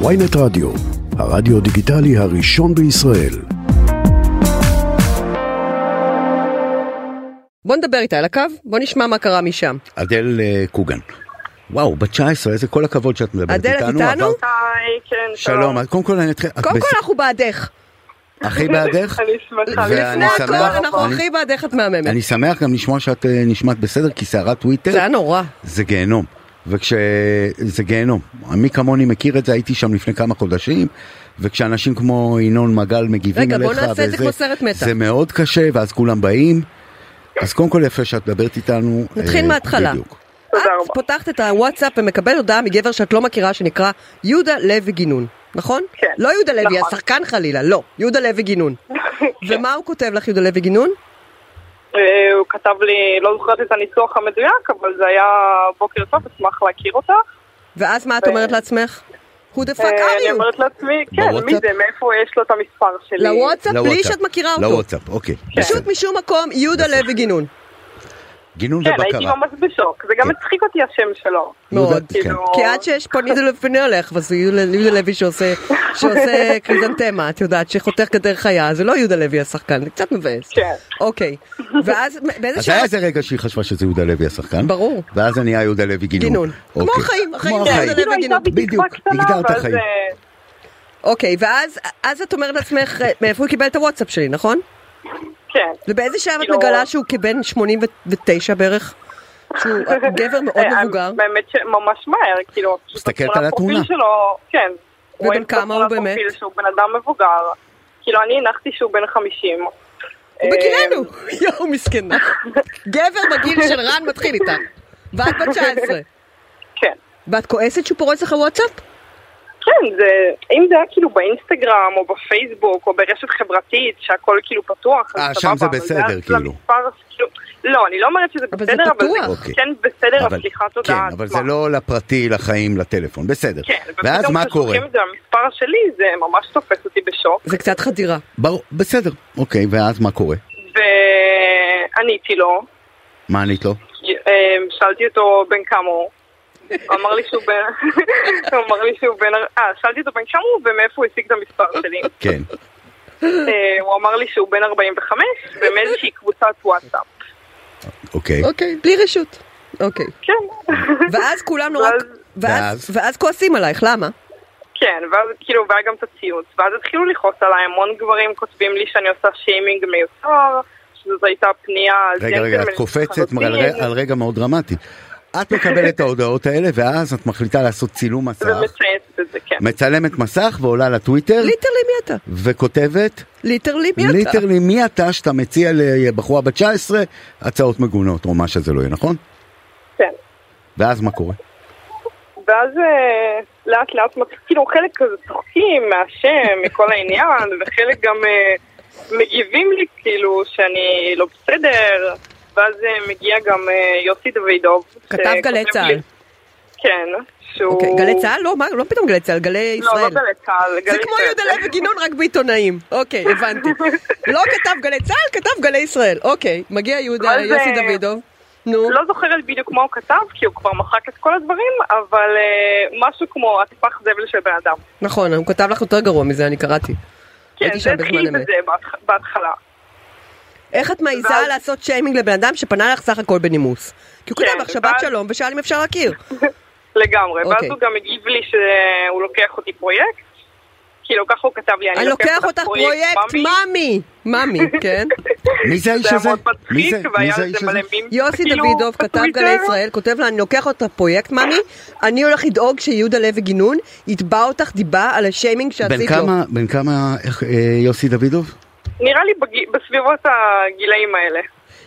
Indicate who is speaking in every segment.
Speaker 1: ויינט רדיו, הרדיו דיגיטלי הראשון בישראל.
Speaker 2: בוא נדבר איתה על הקו, בוא נשמע מה קרה משם.
Speaker 3: אדל אה, קוגן. וואו, בת 19, איזה כל הכבוד שאת מדברת
Speaker 2: אדל, את
Speaker 3: איתנו.
Speaker 2: איתנו?
Speaker 3: אבל-
Speaker 4: היי, כן,
Speaker 3: שלום, את- קודם כל אני אתחיל... את
Speaker 2: קודם
Speaker 3: בס-
Speaker 2: כל אנחנו בעדך.
Speaker 3: הכי בעדך?
Speaker 4: אני שמחה.
Speaker 3: ואני
Speaker 2: לפני הכל
Speaker 3: שמח-
Speaker 2: אנחנו
Speaker 3: אני-
Speaker 2: הכי בעדך, את מהממת.
Speaker 3: אני שמח גם לשמוע שאת אה, נשמעת בסדר, כי סערת
Speaker 2: זה
Speaker 3: טוויטר
Speaker 2: היה נורא.
Speaker 3: זה גיהנום. וכש... זה גיהנום. מי כמוני מכיר את זה, הייתי שם לפני כמה חודשים, וכשאנשים כמו ינון מגל מגיבים
Speaker 2: רגע,
Speaker 3: אליך,
Speaker 2: בוא נעשה את זה
Speaker 3: וזה-
Speaker 2: כמו סרט מתח.
Speaker 3: זה מאוד קשה, ואז כולם באים. אז קודם כל יפה שאת מדברת איתנו.
Speaker 2: נתחיל
Speaker 3: אה,
Speaker 2: מההתחלה.
Speaker 3: בדיוק.
Speaker 4: תודה
Speaker 2: את
Speaker 4: רבה.
Speaker 2: פותחת את הוואטסאפ ומקבלת הודעה מגבר שאת לא מכירה שנקרא יהודה לוי גינון, נכון?
Speaker 4: כן.
Speaker 2: לא יהודה לוי,
Speaker 4: נכון. כן.
Speaker 2: השחקן חלילה, לא, יהודה לוי גינון. ומה הוא כותב לך יהודה לוי גינון?
Speaker 4: אה, הוא כתב לי, לא זוכרת את הניסוח המדויק, אבל זה היה בוקר טוב, אשמח להכיר אותך.
Speaker 2: ואז מה את
Speaker 4: ו-
Speaker 2: אומרת לעצמך? Who the fuck
Speaker 4: אה,
Speaker 2: are
Speaker 4: אני
Speaker 2: you?
Speaker 4: אומרת לעצמי, כן, מי
Speaker 3: בוואטסאפ?
Speaker 4: זה, מאיפה יש לו את המספר שלי?
Speaker 2: לוואטסאפ בלי
Speaker 3: לוואטסאפ.
Speaker 2: שאת מכירה אותו.
Speaker 3: לוואטסאפ, אוקיי. בסדר.
Speaker 2: פשוט משום מקום יהודה לוי גינון.
Speaker 3: גינון
Speaker 4: כן, הייתי
Speaker 3: ובקרה.
Speaker 4: ממש בשוק, זה גם
Speaker 3: כן.
Speaker 4: מצחיק אותי השם שלו.
Speaker 2: מאוד.
Speaker 3: כן.
Speaker 4: כאילו,
Speaker 2: כי עד שיש פניד לפני הולך, ואז זה יהודה יהודה לוי שעושה שעושה קריזנטמה, את יודעת, שחותך כדרך חיה, זה לא יהודה לוי השחקן, זה קצת מבאס.
Speaker 4: כן.
Speaker 2: אוקיי, ואז באיזה
Speaker 3: אז
Speaker 2: שעה?
Speaker 3: היה איזה רגע שהיא חשבה שזה יהודה לוי השחקן.
Speaker 2: ברור.
Speaker 3: ואז זה נהיה יהודה לוי גינון.
Speaker 2: גינון. כמו
Speaker 3: אוקיי.
Speaker 2: החיים, החיים
Speaker 3: כמו
Speaker 2: זה
Speaker 3: החיים.
Speaker 2: יהודה לוי
Speaker 4: כאילו הייתה
Speaker 2: בגינות.
Speaker 4: בתקווה
Speaker 3: בדיוק,
Speaker 4: קטנה,
Speaker 3: הגדרת
Speaker 4: ואז...
Speaker 3: חיים.
Speaker 4: אה,
Speaker 2: אוקיי, ואז אז את אומרת לעצמך, אה, מאיפה הוא קיבל את הוואטסאפ שלי, נכון?
Speaker 4: כן.
Speaker 2: ובאיזה שעה את
Speaker 4: לא.
Speaker 2: מגלה שהוא כבן 89 בערך? שהוא גבר מאוד
Speaker 4: אה,
Speaker 2: מבוגר?
Speaker 4: באמת שממש מהר, כאילו, פשוט
Speaker 3: מסתכלת
Speaker 4: התמונת
Speaker 3: על התמונה.
Speaker 4: פרופיל שלו, כן.
Speaker 2: ובן
Speaker 4: רואים את
Speaker 2: כמה הוא
Speaker 4: התמונת
Speaker 2: באמת?
Speaker 4: פרופיל שהוא בן אדם מבוגר. כאילו, אני הנחתי שהוא בן 50. אה,
Speaker 2: הוא בגילנו! יואו, מסכנה. גבר בגיל של רן מתחיל איתך. ואת בת 19.
Speaker 4: כן.
Speaker 2: ואת כועסת שהוא פורץ לך וואטסאפ?
Speaker 4: כן, זה... אם זה היה כאילו באינסטגרם, או בפייסבוק, או ברשת חברתית, שהכל כאילו פתוח, אז
Speaker 3: אה,
Speaker 4: סבבה.
Speaker 3: שם זה
Speaker 4: אבל
Speaker 3: בסדר,
Speaker 4: היה
Speaker 3: כאילו.
Speaker 4: למספר, כאילו. לא, אני לא אומרת שזה
Speaker 2: אבל זה
Speaker 4: בסדר, אבל
Speaker 2: פתוח.
Speaker 4: זה
Speaker 3: אוקיי.
Speaker 4: כן בסדר,
Speaker 3: אבל-
Speaker 4: השליחת
Speaker 3: כן,
Speaker 4: הודעה
Speaker 3: אבל
Speaker 4: עצמה.
Speaker 3: זה לא לפרטי, לחיים, לטלפון. בסדר.
Speaker 4: כן,
Speaker 3: ואז
Speaker 4: ופתאום
Speaker 3: מה קורה?
Speaker 4: כששולחים את זה למספר שלי, זה ממש תופס אותי בשוק.
Speaker 2: זה קצת חדירה.
Speaker 3: ברור, בסדר. אוקיי, ואז מה קורה?
Speaker 4: ועניתי לו,
Speaker 3: מה ענית לו?
Speaker 4: אה, שאלתי אותו בן כמה הוא. הוא אמר לי שהוא בן... הוא אמר לי שהוא בן... אה, שאלתי אותו בן כמה הוא ומאיפה הוא השיג את המספר שלי.
Speaker 3: כן.
Speaker 4: אה, הוא אמר לי שהוא בן 45 ומאיזושהי קבוצת וואטסאפ.
Speaker 3: אוקיי.
Speaker 2: אוקיי, בלי רשות. אוקיי.
Speaker 4: כן,
Speaker 2: ואז כולם נורא...
Speaker 4: ואז-
Speaker 2: ואז?
Speaker 3: ואז?
Speaker 2: ואז כועסים עלייך, למה?
Speaker 4: כן, ואז כאילו, והיה גם את הציוץ. ואז התחילו לכעוס עליי, המון גברים כותבים לי שאני עושה שיימינג מיותר, שזאת הייתה פנייה...
Speaker 3: רגע, רגע, את
Speaker 4: ג'נטלמנית
Speaker 3: קופצת
Speaker 4: לחלוטין.
Speaker 3: על רגע- על רגע מאוד דרמטי. את מקבלת את ההודעות האלה, ואז את מחליטה לעשות צילום מסך,
Speaker 4: ומצייצת את זה, כן.
Speaker 3: מצלמת מסך ועולה לטוויטר,
Speaker 2: ליטרלי מי אתה?
Speaker 3: וכותבת,
Speaker 2: ליטרלי מי אתה?
Speaker 3: ליטרלי מי אתה שאתה מציע לבחורה בת 19 הצעות מגונות או מה שזה לא יהיה נכון?
Speaker 4: כן.
Speaker 3: ואז מה קורה?
Speaker 4: ואז אה, לאט לאט, מצ- כאילו חלק כזה צוחקים מהשם, מכל העניין, וחלק גם אה, מגיבים לי כאילו שאני לא בסדר, ואז אה, מגיע גם אה, יוסי דוידוב.
Speaker 2: כתב
Speaker 4: שכותב
Speaker 2: גלי
Speaker 4: אה, לי-
Speaker 2: צה"ל.
Speaker 4: כן, שהוא...
Speaker 2: אוקיי, גלי צה"ל? לא, מה, לא פתאום גלי צה"ל, גלי
Speaker 4: לא,
Speaker 2: ישראל.
Speaker 4: לא גלי צה"ל, גלי
Speaker 2: זה כמו
Speaker 4: צה"ל.
Speaker 2: יהודה לוי גינון רק בעיתונאים. אוקיי, הבנתי. לא כתב גלי צה"ל, כתב גלי ישראל. אוקיי, מגיע יהודה,
Speaker 4: מה זה?
Speaker 2: יוסי דוידוב. נו,
Speaker 4: לא זוכרת בדיוק מה הוא כתב, כי הוא כבר מחק את כל הדברים, אבל אה, משהו כמו הטפח זבל של בן אדם.
Speaker 2: נכון, הוא כתב לך יותר גרוע מזה, אני קראתי.
Speaker 4: כן,
Speaker 2: הייתי
Speaker 4: זה
Speaker 2: שם בזמן
Speaker 4: התחיל
Speaker 2: אמת.
Speaker 4: בזה בהתח- בהתחלה.
Speaker 2: איך את מעיזה
Speaker 4: ואז-
Speaker 2: לעשות שיימינג לבן אדם שפנה לך סך הכל בנימוס? כי הוא
Speaker 4: כן,
Speaker 2: כתב לך שבת
Speaker 4: ואז-
Speaker 2: שלום ושאל אם אפשר להכיר.
Speaker 4: לגמרי, okay.
Speaker 2: אוקיי.
Speaker 4: ואז הוא גם הגיב לי שהוא לוקח אותי פרויקט, כאילו ככה הוא כתב לי, אני,
Speaker 2: אני לוקח אותך פרויקט
Speaker 4: מאמי.
Speaker 2: ממי. ממי, כן.
Speaker 3: מי זה האיש
Speaker 4: זה היה
Speaker 3: הזה?
Speaker 4: מאוד
Speaker 3: מי זה?
Speaker 4: מצחיק,
Speaker 3: מי
Speaker 4: והיה
Speaker 3: זה
Speaker 4: לזה
Speaker 3: האיש הזה?
Speaker 4: מלא מים.
Speaker 2: יוסי
Speaker 4: כאילו,
Speaker 2: דוידוב כתב
Speaker 4: בטוויטר.
Speaker 2: גלי ישראל, כותב לה, אני לוקח אותך פרויקט ממי, אני הולך לדאוג שיהודה לוי גינון יתבע אותך דיבה על השיימינג
Speaker 3: בן
Speaker 2: שעשית לו.
Speaker 3: כמה, בן כמה איך, אה, יוסי דוידוב?
Speaker 4: נראה לי בג... בסביבות הגילאים האלה.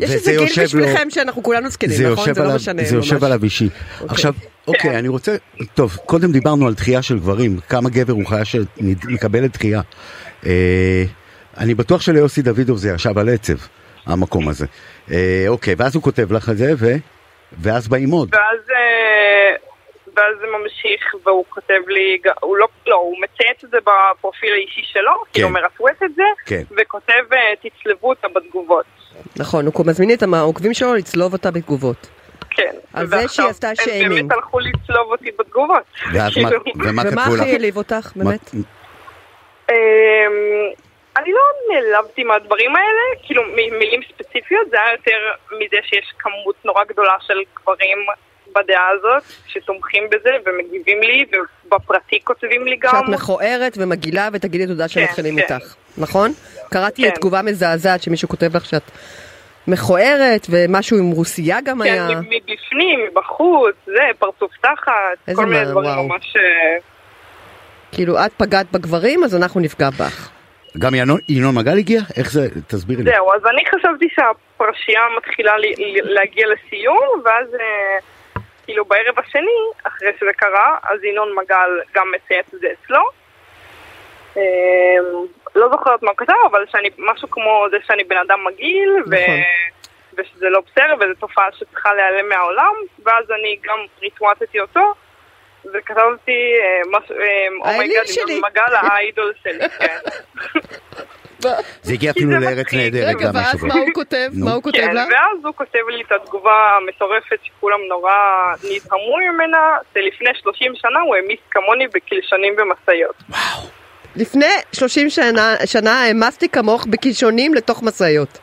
Speaker 2: יש
Speaker 3: וזה
Speaker 2: איזה גיל
Speaker 3: יושב לו-
Speaker 2: בשבילכם שאנחנו כולנו זקנים,
Speaker 3: זה
Speaker 2: נכון?
Speaker 3: יושב
Speaker 2: זה לא
Speaker 3: עליו-
Speaker 2: משנה.
Speaker 3: זה יושב
Speaker 2: ממש.
Speaker 3: עליו אישי. עכשיו, אוקיי, אני רוצה, טוב, קודם דיברנו על דחייה של גברים, כמה גבר הוא חיה שמקבלת דחייה. אה, אני בטוח שליוסי דוידוב זה ישב על עצב, המקום הזה. אה, אוקיי, ואז הוא כותב לך את זה, ו... ואז באים עוד.
Speaker 4: ואז, אה, ואז זה ממשיך, והוא כותב לי, ג- הוא לא, לא, הוא מצייץ את זה בפרופיל האישי שלו, כן. כאילו מרצוות את זה,
Speaker 3: כן.
Speaker 4: וכותב, אה, תצלבו אותה בתגובות.
Speaker 2: נכון, הוא מזמין את העוקבים שלו לצלוב אותה בתגובות.
Speaker 4: כן.
Speaker 2: על זה שהיא
Speaker 4: ועכשיו
Speaker 2: עשתה
Speaker 4: הם
Speaker 2: שיימינג.
Speaker 4: באמת הלכו לצלוב אותי בתגובות.
Speaker 3: ואז מה-
Speaker 4: כאילו,
Speaker 3: ומה
Speaker 2: ומה
Speaker 3: כתבו לך?
Speaker 2: הכי העליב אותך,
Speaker 3: מה-
Speaker 2: באמת?
Speaker 4: אמ, אני לא נעלבתי מהדברים האלה, כאילו מ- מילים ספציפיות, זה היה יותר מזה שיש כמות נורא גדולה של גברים בדעה הזאת, שתומכים בזה ומגיבים לי, ובפרטי כותבים לי גם.
Speaker 2: שאת מכוערת ומגעילה ותגידי תודה שמתחילים
Speaker 4: כן.
Speaker 2: איתך, נכון? קראתי
Speaker 4: כן.
Speaker 2: את תגובה מזעזעת שמישהו כותב לך שאת מכוערת ומשהו עם רוסייה גם
Speaker 4: כן,
Speaker 2: היה.
Speaker 4: מבפנים, מבחוץ, זה, פרצוף תחת,
Speaker 2: איזה
Speaker 4: כל מיני
Speaker 2: מה,
Speaker 4: דברים
Speaker 2: וואו.
Speaker 4: ממש... אה,
Speaker 2: כאילו, את פגעת בגברים, אז אנחנו נפגע בך.
Speaker 3: גם ינון- ינון מגל הגיע? איך זה? תסבירי לי.
Speaker 4: זהו, אז אני חשבתי שהפרשייה מתחילה ל- ל- להגיע לסיום, ואז אה, כאילו בערב השני, אחרי שזה קרה, אז ינון מגל גם מצייץ את זה אצלו. אה, לא זוכרת מה הוא כתב, אבל שאני, משהו כמו זה שאני בן אדם מגעיל, ו...
Speaker 2: נכון.
Speaker 4: ושזה לא בסדר, וזו תופעה שצריכה להיעלם מהעולם, ואז אני גם ריטואטתי אותו, וכתבתי אה, משהו, אה,
Speaker 2: האליל
Speaker 4: אומייגאד,
Speaker 2: שלי."
Speaker 4: ינון מגל, האיידול שלי, כן.
Speaker 3: זה הגיע
Speaker 4: כי
Speaker 3: אפילו
Speaker 4: זה
Speaker 3: לארץ
Speaker 4: מצחיק.
Speaker 3: נהדרת
Speaker 2: רגע,
Speaker 3: גם
Speaker 2: ואז
Speaker 3: משהו.
Speaker 2: מה הוא כותב?
Speaker 3: נו.
Speaker 2: מה הוא כותב
Speaker 4: כן,
Speaker 2: לה?
Speaker 4: ואז הוא כותב לי את התגובה המטורפת שכולם נורא נדהמו ממנה, שלפני 30 שנה הוא העמיס כמוני בקלשונים ומשאיות.
Speaker 2: לפני 30 שנה- שנה העמסתי כמוך בקישונים לתוך משאיות.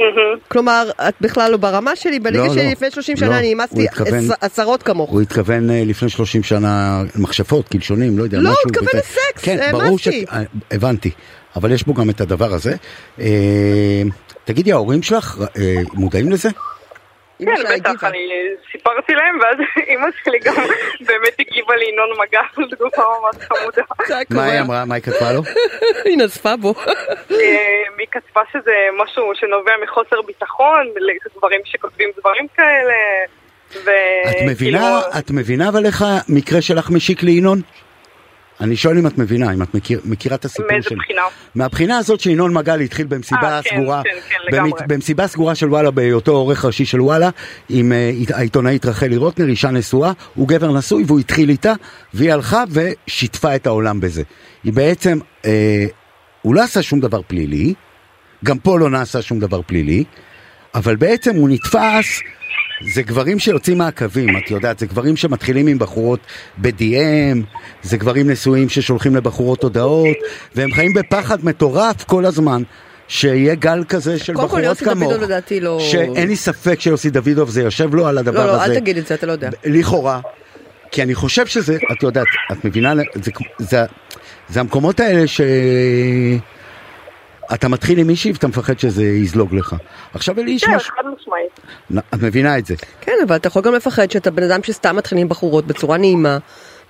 Speaker 4: מהמם.
Speaker 2: כלומר, את בכלל לא ברמה שלי, בליגה
Speaker 3: לא,
Speaker 2: שלי
Speaker 3: לא.
Speaker 2: לפני 30
Speaker 3: לא,
Speaker 2: שנה אני העמסתי
Speaker 3: הוא התכוון-
Speaker 2: עש- עשרות כמוך.
Speaker 3: הוא התכוון אה, לפני 30 שנה מכשפות, קלשונים, לא יודע,
Speaker 2: לא,
Speaker 3: משהו.
Speaker 2: הוא התכוון
Speaker 3: כזה.
Speaker 2: לסקס,
Speaker 3: כן,
Speaker 2: האמנתי.
Speaker 3: ברור ש... אה, הבנתי. אבל יש בו גם את הדבר הזה. אה, תגידי, ההורים שלך אה, מודעים לזה?
Speaker 2: אמא
Speaker 4: כן,
Speaker 2: שלה
Speaker 4: בטח,
Speaker 2: הגיבה.
Speaker 4: אני סיפרתי להם, ואז אימא שלי גם באמת הגיבה לינון מגל, תגובה ממש חמודה.
Speaker 2: זה היה
Speaker 3: מה היא
Speaker 2: קורה.
Speaker 3: אמרה? מה היא כתבה לו?
Speaker 2: היא נזפה בו. לא,
Speaker 4: אה, היא כתבה שזה משהו שנובע מחוסר ביטחון, לדברים שכותבים דברים כאלה. ו-
Speaker 3: את מבינה,
Speaker 4: כאילו-
Speaker 3: את מבינה אבל איך המקרה שלך משיק לינון? אני שואל אם את מבינה, אם את מכיר, מכירה את הסיפור
Speaker 4: מאיזה
Speaker 3: שלי.
Speaker 4: בחינה?
Speaker 3: מהבחינה הזאת שינון מגל התחיל במסיבה
Speaker 4: אה, כן,
Speaker 3: סגורה,
Speaker 4: כן, כן, לגמרי.
Speaker 3: במסיבה סגורה של וואלה בהיותו עורך ראשי של וואלה, עם אה, העיתונאית רחלי רוטנר, אישה נשואה, הוא גבר נשוי והוא התחיל איתה, והיא הלכה ושיתפה את העולם בזה. היא בעצם, אה, הוא לא עשה שום דבר פלילי, גם פה לא נעשה שום דבר פלילי, אבל בעצם הוא נתפס, זה גברים שיוצאים מהקווים, את יודעת, זה גברים שמתחילים עם בחורות ב-DM, זה גברים נשואים ששולחים לבחורות הודעות, והם חיים בפחד מטורף כל הזמן. שיהיה גל כזה של
Speaker 2: קודם כל,
Speaker 3: בחורות
Speaker 2: יוסי
Speaker 3: כמוך,
Speaker 2: דוידוב לדעתי לא-
Speaker 3: שאין לי ספק שיוסי דוידוב זה יושב לו על הדבר
Speaker 2: לא, לא,
Speaker 3: הזה.
Speaker 2: אל תגיד את זה, אתה לא יודע.
Speaker 3: לכאורה, כי אני חושב שזה, את יודעת, את מבינה, זה, זה, זה המקומות האלה ש... אתה מתחיל עם מישהי ואתה מפחד שזה יזלוג לך. עכשיו אלי
Speaker 4: כן,
Speaker 3: ישמש,
Speaker 4: חד משמעית.
Speaker 3: את מבינה את זה.
Speaker 2: כן, אבל אתה יכול גם לפחד שאתה בן אדם שסתם מתחיל עם בחורות בצורה נעימה,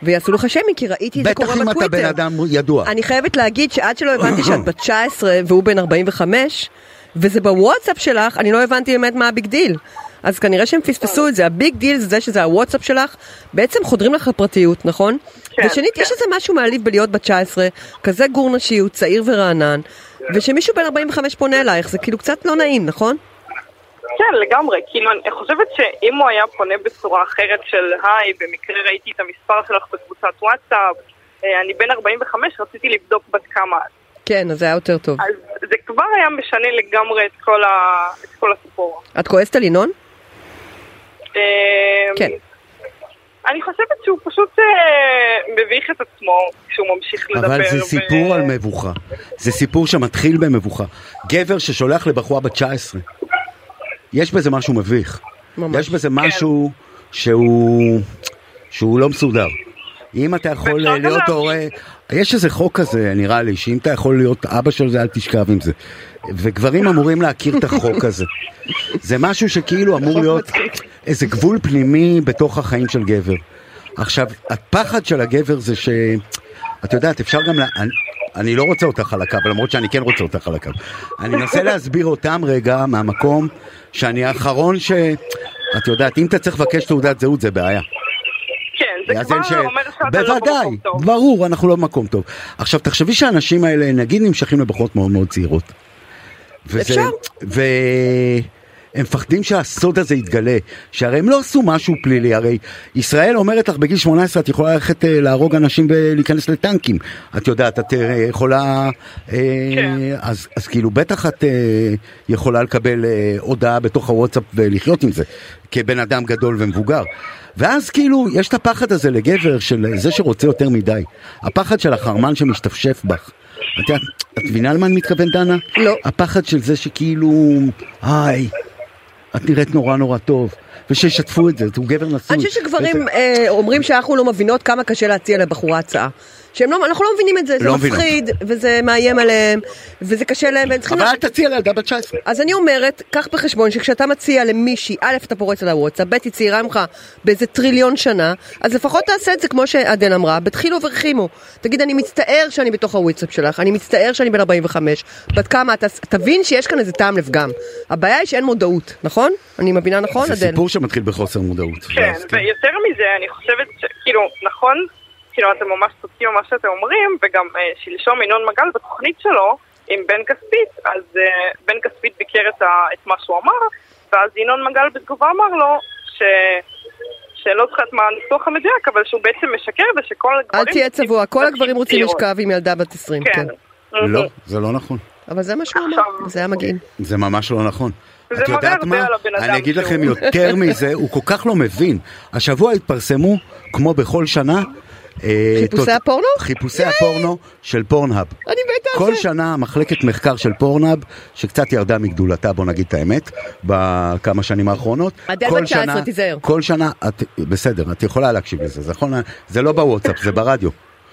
Speaker 2: ויעשו לך שיימינג, כי ראיתי את זה
Speaker 3: בטח
Speaker 2: קורה
Speaker 3: אם אתה בן
Speaker 2: בטוויטר.
Speaker 3: אדם ידוע.
Speaker 2: אני חייבת להגיד שעד שלא הבנתי שאת בת 19 והוא בן 45, וזה בוואטסאפ שלך, אני לא הבנתי באמת מה הביג דיל. אז כנראה שהם פספסו את זה, הביג דיל זה זה שזה הוואטסאפ שלך, בעצם חודרים לך לפרטיות, נכון?
Speaker 4: כן,
Speaker 2: ושנית,
Speaker 4: כן.
Speaker 2: יש איזה משהו מעליב בלהיות בת 19, כזה גור נשיות, צעיר ורענן,
Speaker 4: כן.
Speaker 2: ושמישהו בן 45 פונה אלייך, זה כאילו קצת לא נעים, נכון?
Speaker 4: כן, לגמרי. כאילו, אני חושבת שאם הוא היה פונה בצורה אחרת של היי, במקרה ראיתי את המספר שלך בקבוצת וואטסאפ, אה, אני בן 45, רציתי לבדוק בת כמה את.
Speaker 2: כן, אז זה היה יותר טוב.
Speaker 4: אז זה כבר היה משנה לגמרי את כל, ה... את כל הסיפור.
Speaker 2: את כועסת על ינון?
Speaker 4: אה,
Speaker 2: כן.
Speaker 4: אני חושבת שהוא פשוט אה, מביך את עצמו כשהוא ממשיך לדבר.
Speaker 3: אבל זה
Speaker 4: ו-
Speaker 3: סיפור על מבוכה. זה סיפור שמתחיל במבוכה. גבר ששולח לבחורה בת 19. יש בזה משהו מביך.
Speaker 2: ממש.
Speaker 3: יש בזה משהו שהוא שהוא לא מסודר. אם אתה יכול
Speaker 4: ואפשר
Speaker 3: אה,
Speaker 4: גם
Speaker 3: להיות
Speaker 4: להבין.
Speaker 3: הורה, יש איזה חוק כזה נראה לי, שאם אתה יכול להיות אבא של זה אל תשכב עם זה. וגברים אמורים להכיר את החוק הזה. זה משהו שכאילו אמור להיות איזה גבול פנימי בתוך החיים של גבר. עכשיו, הפחד של הגבר זה ש... את יודעת, אפשר גם ל... אני, אני לא רוצה אותך על הקו, למרות שאני כן רוצה אותך על הקו. אני מנסה להסביר אותם רגע מהמקום שאני האחרון ש... את יודעת, אם אתה צריך לבקש תעודת זהות זה בעיה.
Speaker 4: כן, זה
Speaker 3: אז
Speaker 4: כבר
Speaker 3: אין ש-
Speaker 4: אומר שאתה לא
Speaker 3: בוודאי,
Speaker 4: במקום טוב.
Speaker 3: ברור, אנחנו לא במקום טוב. עכשיו, תחשבי שהאנשים האלה, נגיד, נמשכים לבחורות מאוד מאוד צעירות. וזה-
Speaker 2: אפשר.
Speaker 3: ו... הם מפחדים שהסוד הזה יתגלה, שהרי הם לא עשו משהו פלילי, הרי ישראל אומרת לך בגיל 18 את יכולה ללכת אה, להרוג אנשים ולהיכנס לטנקים, את יודעת, את אה, יכולה, אה,
Speaker 4: כן.
Speaker 3: אז, אז כאילו בטח את אה, יכולה לקבל אה, הודעה בתוך הוואטסאפ ולחיות עם זה, כבן אדם גדול ומבוגר. ואז כאילו, יש את הפחד הזה לגבר של זה שרוצה יותר מדי. הפחד של החרמן שמשתפשף בך. את יודעת, את מבינה למה אני מתכוון, דנה?
Speaker 2: לא.
Speaker 3: הפחד של זה שכאילו, היי, את נראית נורא נורא טוב, ושישתפו את זה, הוא גבר נשוי.
Speaker 2: אני חושבת שגברים
Speaker 3: בטח.
Speaker 2: אה, אומרים שאנחנו לא מבינות כמה קשה להציע לבחורה הצעה. שהם לא, אנחנו לא מבינים את זה, זה
Speaker 3: לא מבינות.
Speaker 2: מפחיד, וזה מאיים עליהם, וזה קשה להם, והם צריכים...
Speaker 3: אבל
Speaker 2: לה-
Speaker 3: אל תציע לילדה בת 19.
Speaker 2: אז אני אומרת, קח בחשבון שכשאתה מציע למישהי, א', אתה פורץ על הוואטסאפ, ב', היא צעירה ממך באיזה טריליון שנה, אז לפחות תעשה את זה כמו שעדן אמרה, בדחילו ורחימו. תגיד, אני מצטער שאני בתוך הוואטסאפ שלך, אני מצטער שאני בן 45, בת כמה, אתה, תבין שיש כאן איזה טעם לפגם. הבעיה היא שאין מודעות, נכון? אני מבינה נכון,
Speaker 3: זה
Speaker 2: עדן?
Speaker 3: סיפור שמתחיל בחוסר מודעות.
Speaker 4: כן,
Speaker 3: ואז, כן.
Speaker 4: ויותר מזה, אני חושבת שכאילו, נכון, כאילו, אתם ממש צודקים במה שאתם אומרים, וגם אה, שלשום ינון מגל בתוכנית שלו, עם בן כספית, אז אה, בן כספית ביקר את, ה, את מה שהוא אמר, ואז ינון מגל בתגובה אמר לו, ש... שלא זוכרת מה הניסוח המדויק, אבל שהוא בעצם משקר ושכל
Speaker 2: אל
Speaker 4: הגברים...
Speaker 2: תהיה צבוע, כל הגברים רוצים
Speaker 4: צעירות.
Speaker 2: לשכב עם ילדה בת 20, כן.
Speaker 4: כן. Mhm.
Speaker 3: לא, זה לא נכון.
Speaker 2: אבל זה מה שהוא אמר,
Speaker 4: עכשיו-
Speaker 2: זה היה מגעיל.
Speaker 3: זה ממש לא נכון.
Speaker 4: זה
Speaker 3: את
Speaker 4: מראה
Speaker 3: יודעת
Speaker 4: הרבה
Speaker 3: מה?
Speaker 4: על הבן אדם
Speaker 3: אני אגיד
Speaker 4: שהוא.
Speaker 3: לכם יותר מזה, הוא כל כך לא מבין. השבוע התפרסמו, כמו בכל שנה, אה,
Speaker 2: חיפושי
Speaker 3: תוצ-
Speaker 2: הפורנו?
Speaker 3: חיפושי הפורנו של פורנהאב.
Speaker 2: אני מתה על
Speaker 3: כל
Speaker 2: זה.
Speaker 3: שנה מחלקת מחקר של פורנהאב, שקצת ירדה מגדולתה, בוא נגיד את האמת, בכמה שנים האחרונות.
Speaker 2: אדל
Speaker 3: כל
Speaker 2: בת 19,
Speaker 3: שנה-
Speaker 2: תיזהר.
Speaker 3: כל שנה, את- בסדר, את יכולה להקשיב לזה, זה נכון, זה לא בוואטסאפ, זה ברדיו.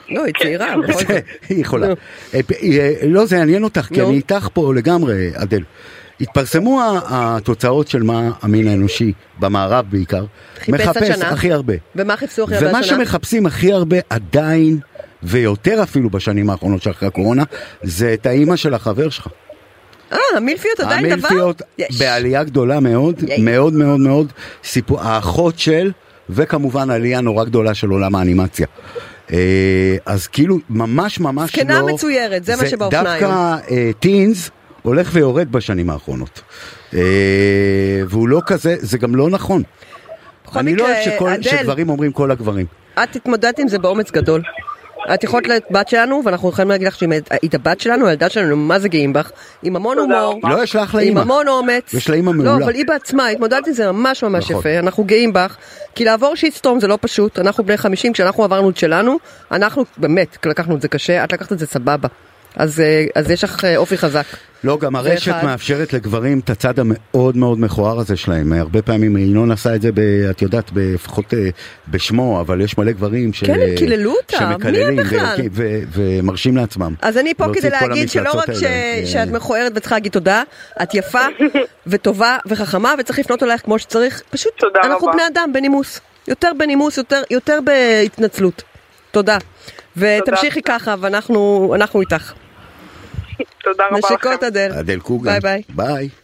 Speaker 2: לא, היא צעירה,
Speaker 4: כן.
Speaker 2: בכל זאת.
Speaker 3: היא יכולה.
Speaker 2: נו.
Speaker 3: אה, פ- אה, לא, זה יעניין אותך, כי
Speaker 2: נו.
Speaker 3: אני איתך פה לגמרי, אדל. התפרסמו ה- התוצאות של מה המין האנושי, במערב בעיקר,
Speaker 2: חיפש
Speaker 3: מחפש
Speaker 2: השנה. אוקיי,
Speaker 3: הכי הרבה.
Speaker 2: ומה חיפשו אחרי הרבה
Speaker 3: ומה
Speaker 2: שנה?
Speaker 3: שמחפשים הכי הרבה עדיין, ויותר אפילו בשנים האחרונות שאחרי הקורונה, זה את האימא של החבר שלך.
Speaker 2: אה, המילפיות עדיין דבר?
Speaker 3: המילפיות
Speaker 2: יש.
Speaker 3: בעלייה גדולה מאוד,
Speaker 2: יש.
Speaker 3: מאוד מאוד מאוד, סיפור, האחות של, וכמובן עלייה נורא גדולה של עולם האנימציה. אה, אז כאילו ממש ממש לא...
Speaker 2: זקנה מצוירת, זה מה שבאופניים.
Speaker 3: דווקא אה, טינס הולך ויורד בשנים האחרונות. אה, והוא לא כזה, זה גם לא נכון.
Speaker 2: בכל
Speaker 3: אני לא
Speaker 2: מקרה,
Speaker 3: אוהב שכל-
Speaker 2: אדל.
Speaker 3: שגברים אומרים כל הגברים.
Speaker 2: את התמודדת עם זה באומץ גדול. את יכולה להיות בת שלנו, ואנחנו יכולים להגיד לך שאם היית בת שלנו, הילדה שלנו, מה זה גאים בך? עם המון
Speaker 4: תודה
Speaker 2: הומור.
Speaker 4: רבה.
Speaker 3: לא, יש לה אחלה
Speaker 2: עם
Speaker 3: אימא.
Speaker 2: המון אומץ.
Speaker 3: יש לה אימא
Speaker 2: לא,
Speaker 3: מעולה.
Speaker 2: אבל היא בעצמה, התמודדת עם זה ממש ממש
Speaker 3: נכון.
Speaker 2: יפה, אנחנו גאים בך. כי לעבור שיטסטורם זה לא פשוט, אנחנו בני 50, כשאנחנו עברנו את שלנו, אנחנו באמת לקחנו את זה קשה, את לקחת את זה סבבה. אז, אה, אז יש לך אה, אופי חזק.
Speaker 3: לא, גם הרשת
Speaker 2: אחד.
Speaker 3: מאפשרת לגברים את הצד המאוד מאוד מכוער הזה שלהם. הרבה פעמים ינון עשה את זה, ב, את יודעת, לפחות אה, בשמו, אבל יש מלא גברים ש...
Speaker 2: כן, הם קיללו אותה. מי הם
Speaker 3: שמקללים
Speaker 2: בכלל?
Speaker 3: ולוקים- ו- ומרשים לעצמם.
Speaker 2: אז אני פה
Speaker 3: להוציא
Speaker 2: כדי
Speaker 3: את כל
Speaker 2: להגיד שלא רק
Speaker 3: המפלצות
Speaker 2: ש...
Speaker 3: האלה.
Speaker 2: שאת
Speaker 3: אה,
Speaker 2: מכוערת וצריכה להגיד תודה, את יפה וטובה וחכמה וצריך לפנות אלייך כמו שצריך, פשוט
Speaker 4: תודה
Speaker 2: אנחנו
Speaker 4: רבה.
Speaker 2: בני אדם בנימוס, יותר בנימוס, יותר, יותר בהתנצלות, תודה. ותמשיכי ככה ואנחנו אנחנו איתך.
Speaker 4: תודה רבה לכם.
Speaker 2: נשיקות אדל.
Speaker 3: אדל
Speaker 2: ביי
Speaker 3: קוגן.
Speaker 2: ביי.
Speaker 3: ביי.